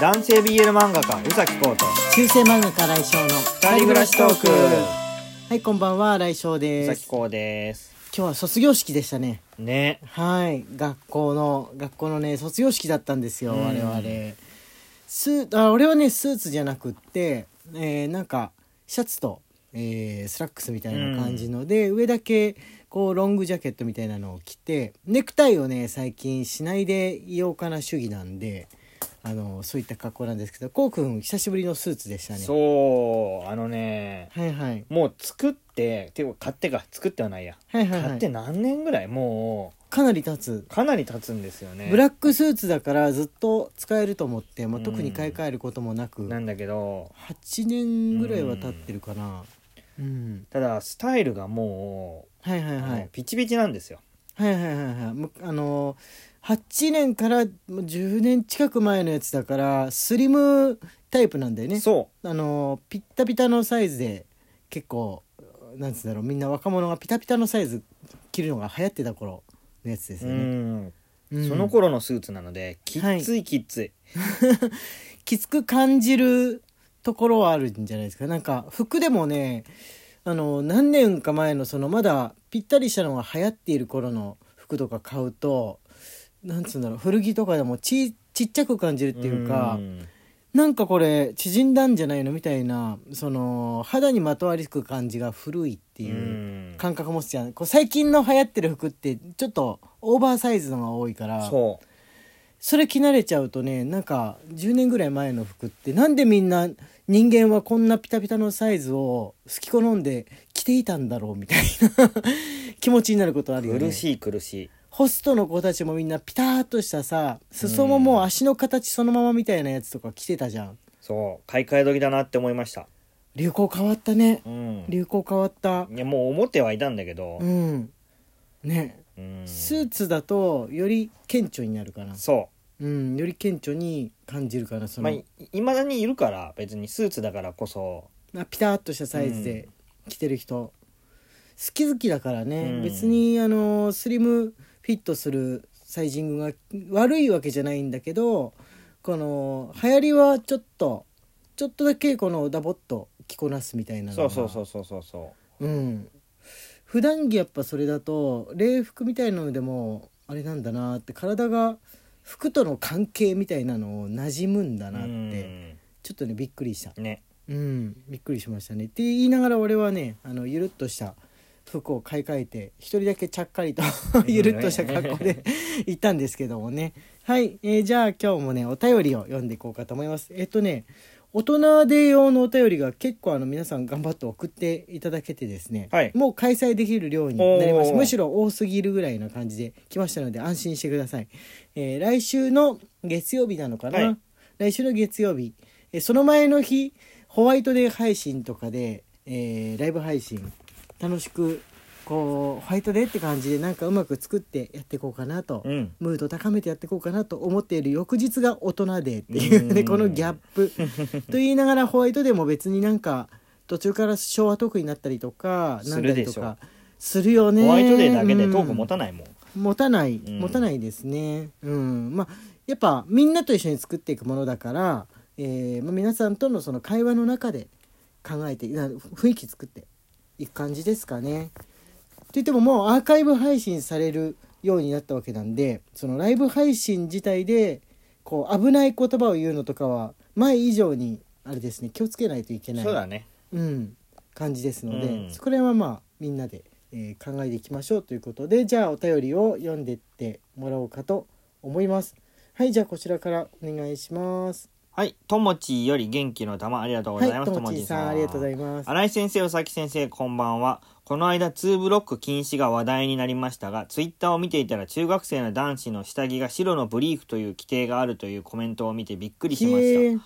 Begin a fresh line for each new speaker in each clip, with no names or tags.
男性 BL 漫画家宇崎浩と
中世漫画家来翔の
二人暮らしトーク
はいこんばんは来翔
宇
で
崎
す
浩です
今日は卒業式でしたね
ね
はい学校の学校のね卒業式だったんですよ
うん
我々スーあ俺はねスーツじゃなくって、えーなんかシャツと、えースラックスみたいな感じので、上だけこうロングジャケットみたいなのを着てネクタイをね最近しないでいようかな主義なんであのそういった格好なんですけどこうくん久しぶりのスーツでしたね
そうあのね
はいはい
もう作っててか買ってか作ってはないや
はいはいは
買って
い
何年ぐらいも
かなり経つ
うかなり経つんですよね
ブラックスーツだからずっと使えると思って、まあ、
うん
特に買い替えることもなく、
なんだけど
8年ぐらいは経ってるかなうん、
ただスタイルがも、
はいはいうは
もう
い
ピチピチなんですよ
はいはいはいはいむあのー8年からもう10年近く前のやつだからスリムタイプなんだよね
そ
あのーピッタピタのサイズで結構なんつうんだろうみんな若者がピタピタのサイズ着るのが流行ってた頃のやつです
うう
よね、
ん
うん
その頃のスーツなのでき
は
っ
い
ついきっつい
きつく感じるところはあるんじゃないですかなんか服でもねあの何年か前のそのまだぴったりしたのが流行っている頃の服とか買うとなんつうんだろう古着とかでもちちっちゃく感じるっていうか
ん
なんかこれ縮んだんじゃないのみたいなその肌にまとわりつく感じが古いっていううん感覚持つじゃんこう最近の流行ってる服ってちょっとオーバーサイズのが多いから。
そう
それ着慣れちゃうとねなんか10年ぐらい前の服ってなんでみんな人間はこんなピタピタのサイズを好き好んで着ていたんだろうみたいな 気持ちになることあるよね
苦しい苦しい
ホストの子たちもみんなピターっとしたさ裾ももう足の形そのままみたいなやつとか着てたじゃん
そう買い替え時だなって思いました
流行変わったね
うん
流行変わった
いやもう表はいたんだけど
う、んね
うん
スーツだとより顕著になるかな
そ
うんより顕著に感じるかな
う
そ
ま
の
あいいまだにいるから別にスーツだからこそ
まあ、ピタッとしたサイズで着てる人、好き好きだからね、
うん
別にあのスリムフィットするサイジングが悪いわけじゃないんだけどこの流行りはちょっとちょっとだけこのダボっと着こなすみたいなの
そ
が
うそうそうそうそうそ
うん普段着やっぱそれだと礼服みたいなのでもあれなんだなって体が服との関係みたいなのを馴染むんだ
う
なっ
う
て
ん
ちょっとねびっくりした
ね
うん、びっくりしましたねって言いながら俺はねあのゆるっとした服を買い替えて一人だけちゃっか りとゆるっとした格好で行ったんですけどもねはい、えーじゃあ今日もねお便りを読んでいこうかと思いますえっとね大人で用のお便りが結構あの皆さん頑張って送っていただけてですね、
はい
もう開催できる量になりまし
お
た
ー
むしろ多すぎるぐらいな感じで来ましたので安心してください、えー来週の月曜日なのかな、
はい
来週の月曜日えーその前の日ホワイトデー配信とかで、えーライブ配信楽しくこうホワイトデーって感じでなんかうまく作ってやっていこうかなと、
うん
ムード高めてやっていこうかなと思っている翌日が大人デーっていうね
うん
このギャッ プと言いながらホワイトデーも別になんか途中から昭和トークになったりとかなんだりと
するでしょう
かするよね
ホワイトデーだけで
うん
トーク持たないもん、
持たない、
うん
持たないですねうんまあやっぱみんなと一緒に作っていくものだから、えーまあ、皆さんとのその会話の中で考えてな雰囲気作っていく感じですかね。といってももうアーカイブ配信されるようになったわけなんでそのライブ配信自体でこう危ない言葉を言うのとかは前以上にあれですね気をつけないといけない
そうだね
うん、感じですので、
うん
そこら辺はまあみんなで、えー考えていきましょうということでじゃあお便りを読んでってもらおうかと思いますはいじゃあこちらからお願いします
はいともちより元気の玉ありがとうご
は
ざいま
い
す、
ともちーさんありがとうございます
新井先生、宇崎先生、こんばんは。この間、ツーブロック禁止が話題になりましたが、ツイッターを見ていたら、中学生の男子の下着が白のブリーフという規定があるというコメントを見てびっくりしました。
ー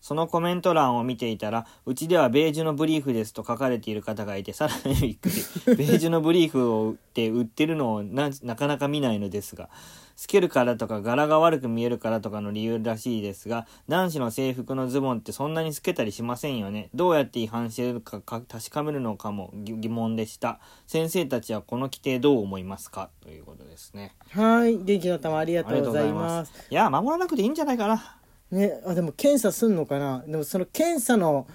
そのコメント欄を見ていたら、うちではベージュのブリーフですと書かれている方がいて、さらにびっくり。ベージュのブリーフを売って売ってるのをななかなか見ないのですが、透けるからとか柄が悪く見えるからとかの理由らしいですが、男子の制服のズボンってそんなに透けたりしませんよね。どうやって違反してるかか確かめるのかも疑疑問でした。先生たちはこの規定どう思いますかということですね。
はい元気の玉ありがとうございます
いや、守らなくていいんじゃないかな。
ねあでも検査すんのかなでもその検査の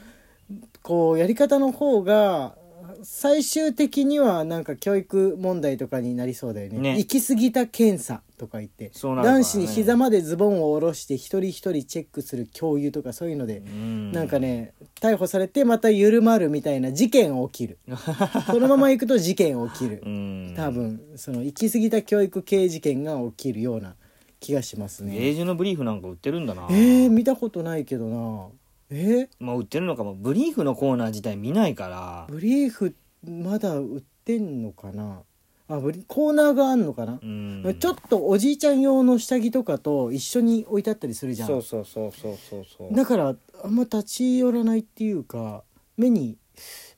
こうやり方の方が最終的にはなんか教育問題とかになりそうだよね
ね
行き過ぎた検査とか言って、
そうなるからね
男子に膝までズボンを下ろして一人一人チェックする教諭とかそういうので、
うん
なんかね逮捕されてまた緩まるみたいな事件 起きるこのまま行くと事件起きる
うん
多分その行き過ぎた教育系事件が起きるような気がしますね
ベージュのブリーフなんか売ってるんだな
えー、見たことないけどなえ
まあ売ってるのかもブリーフのコーナー自体見ないから
ー、ブリーフまだ売ってんのかなあブリコーナーがあんのかな
う、ん
ちょっとおじいちゃん用の下着とかと一緒に置いてあったりするじゃん
そうそうそうそうそうそう
だからあんま立ち寄らないっていうか目に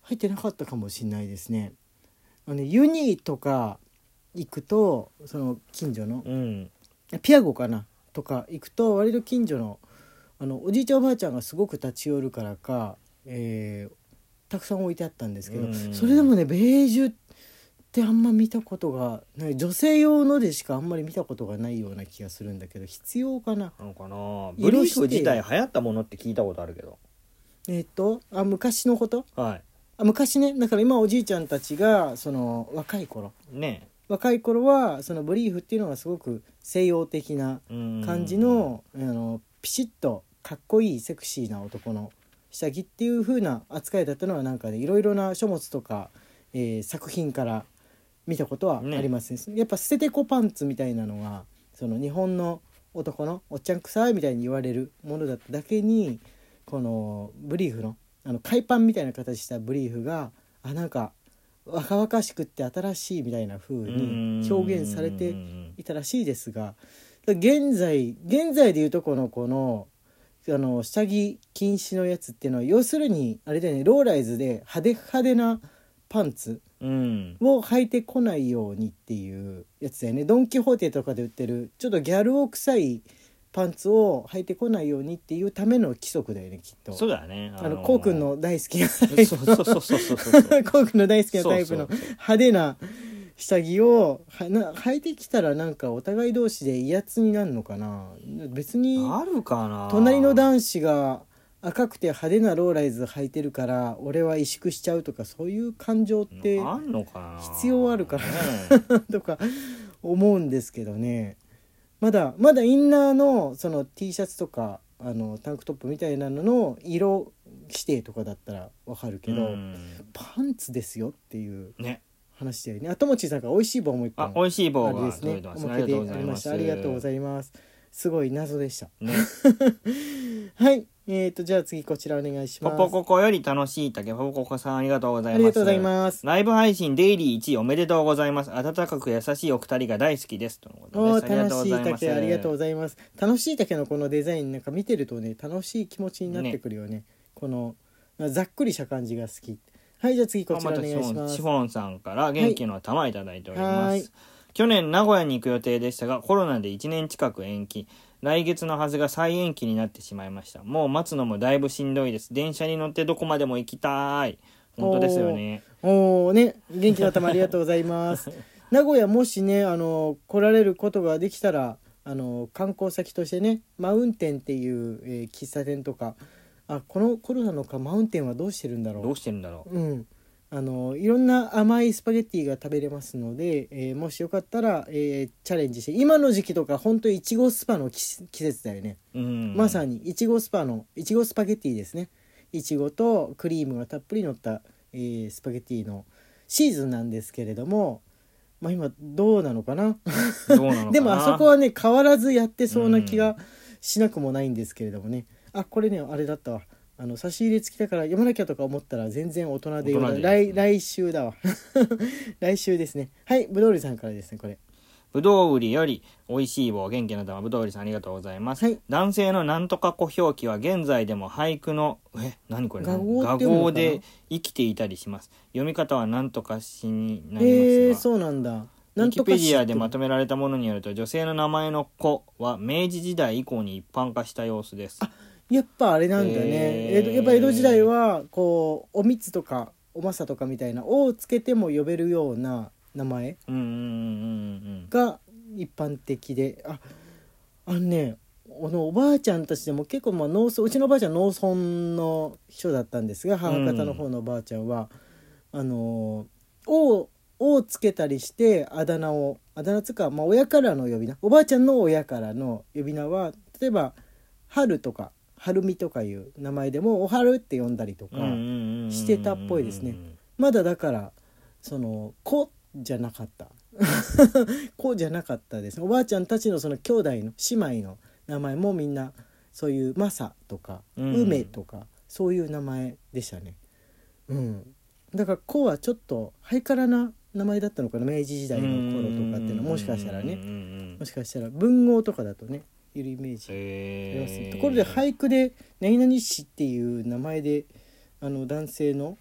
入ってなかったかもしれないですねあのユニとか行くとその近所の
うん
ピアゴかなとか行くと割と近所のあのおじいちゃんおばあちゃんがすごく立ち寄るからか、えーたくさん置いてあったんですけど、
うん
それでもねベージュってあんま見たことがない女性用のでしかあんまり見たことがないような気がするんだけど必要かな
なのかな
色
ブリー
指定
フ自体流行ったものって聞いたことあるけど
えっ、とあ昔のこと
はい
あ昔ねだから今おじいちゃんたちがその若い頃
ね
若い頃はそのブリーフっていうのがすごく西洋的な
うん
感じの,、あのピシッとかっこいいセクシーな男の下着っていう風な扱いだったのはなんかねいろいろな書物とか、えー作品から見たことはありますねやっぱ捨ててこパンツみたいなのがその日本の男のおっちゃんくさいみたいに言われるものだっただけにこのブリーフのあの海パンみたいな形したブリーフがあなんか若々しくって新しいみたいな風に表現されて
うん
いたらしいですが現在現在でいうとこのこのあの下着禁止のやつっていうのは要するにあれだよねローライズで派手派手なパンツ
うん
を履いてこないようにっていうやつだよねドン・キホーテとかで売ってるちょっとギャル男臭いパンツを履いてこないようにっていうための規則だよねきっと。
そうだね
あのコウ君の大好きな
そうそうそうそうそう そう
コウ君の大好きなタイプ
そ
の
うそう
派手な下着をはな履いてきたらなんかお互い同士で威圧になるのかな別に
あるかな
隣の男子が赤くて派手なローライズ履いてるから俺は萎縮しちゃうとかそういう感情って
あんのかな
必要あるから
ね
とか思うんですけどねまだまだインナーのその T シャツとかあのタンクトップみたいなのの色指定とかだったらわかるけど、
うん
パンツですよっていう
ね
話だよね。あともちさんから美味しい棒も一
あ
本
美味しい棒
あれ
が
です
届い
ね
てま
お
すね
ま
あ
け
りが
で
とうござい
ありま
ま
した。
す
ありがとうございます。すごい謎でした。
ね
はい、えっ、ー、とじゃあ次こちらお願いしま
ポ
す。
ポココより楽しい竹ポポココさんありがとうございます
ありがとうございます。
ライブ配信デイリー1位おめでとうございます温かく優しいお二人が大好きですとのこと
お
で
お
すありが
楽
とう
し
ござ
い
います
竹ありがとうございます。楽しい竹のこのデザインなんか見てるとね楽しい気持ちになってくるよね。このざっくりした感じが好き。はいじゃあ次こちらお願い
シ
し
フォ
ま
ンシ
す
フ。ォンさんから元気の玉いただいております、
はい
去年名古屋に行く予定でしたがコロナで1年近く延期来月のはずが再延期になってしまいましたもう待つのもだいぶしんどいです電車に乗ってどこまでも行きたい本当ですよね
おおね元気の玉ありがとうございます 名古屋もしねあの来られることができたらあの観光先としてねマウンテンっていう、えー喫茶店とかあこのコロナのかマウンテンはどうしてるんだろう
どうしてるんだろう
うん、あのいろんな甘いスパゲッティが食べれますので、えーもしよかったら、えーチャレンジして今の時期とか本当いちごスパの季季節だよね、
うん
まさにいちごスパのいちごスパゲッティですねいちごとクリームがたっぷり乗った、えースパゲッティのシーズンなんですけれどもまあ今どうなのかな
どうなのかな
でもあそこはね変わらずやってそうな気がしなくもないんですけれどもね、あこれねあれだったわあの差し入れ付きだから読まなきゃとか思ったら全然大人で言う
大人で
来来週だわ 来週ですねはいぶどうりさんからですねこれ
ぶどう売りより美味しい棒元気の玉ぶどう売りさんありがとうございます、
はい
男性のなんとか小表記は現在でも俳句のえ何これ
画号って
画
読むのかな
号で生きていたりします読み方はなんとか詩になりますが、
えー、そうなんだな
ウィ
ん
キ
と
ペ
か
デ
知って
ィ
る
アでまとめられたものによると女性の名前の子は明治時代以降に一般化した様子です
やっぱあれなんだね、
えー
江戸やっぱ江戸時代はこうおみつとかおまさとかみたいな「お」をつけても呼べるような名前
うんうんうんうんうん
が一般的でああのねあおのおばあちゃんたちでも結構まあ農村うちのおばあちゃん農村の秘書だったんですが母方の方のおばあちゃんは、あの「を」をつけたりしてあだ名をあだ名つうか、まあ、親からの呼び名おばあちゃんの親からの呼び名は例えば「春」とか「春美」とかいう名前でも「おはる」って呼んだりとか、してたっぽいですねまだだからその「子」じゃなかった 「子」じゃなかったですおばあちゃんたちのその兄弟の姉妹の名前もみんなそういう「マサ」とか「
うん
梅」とかそういう名前でしたね。うん、だから「子」はちょっとハイカラな名前だったのかな明治時代の頃とかっていうのはもしかしたらね
ね
もしかしたら文豪とかだとねいるイメージありますねところで
い
俳句で「何々氏」っていう名前であの男性の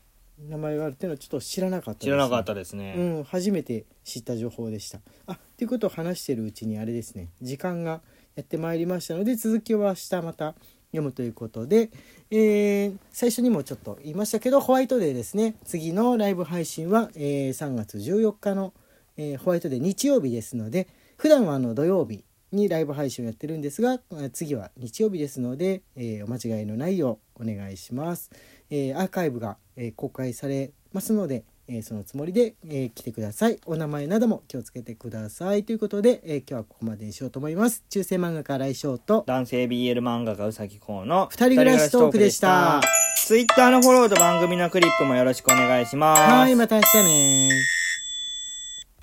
名前があるっていうのはちょっと知らなかったです
知らなかったですね、
うん、初めて知った情報でしたあっていうことを話してるうちにあれですね時間がやってまいりましたので続きは明日また読むということで、えー最初にもちょっと言いましたけどホワイトデーですね次のライブ配信は、えー3月14日の、えーホワイトデー日曜日ですので普段はあの土曜日にライブ配信をやってるんですがまあ次は日曜日ですので、えーお間違いのないようお願いします、えーアーカイブが、えー公開されますので、えーそのつもりで、えー来てくださいお名前なども気をつけてくださいということで、えー今日はここまでにしようと思います中世漫画家来翔と
男性 BL 漫画家うさぎこうの
二人暮らしトークでした
ツイッターのフォローと番組のクリップもよろしくお願いします
はいまた明日ね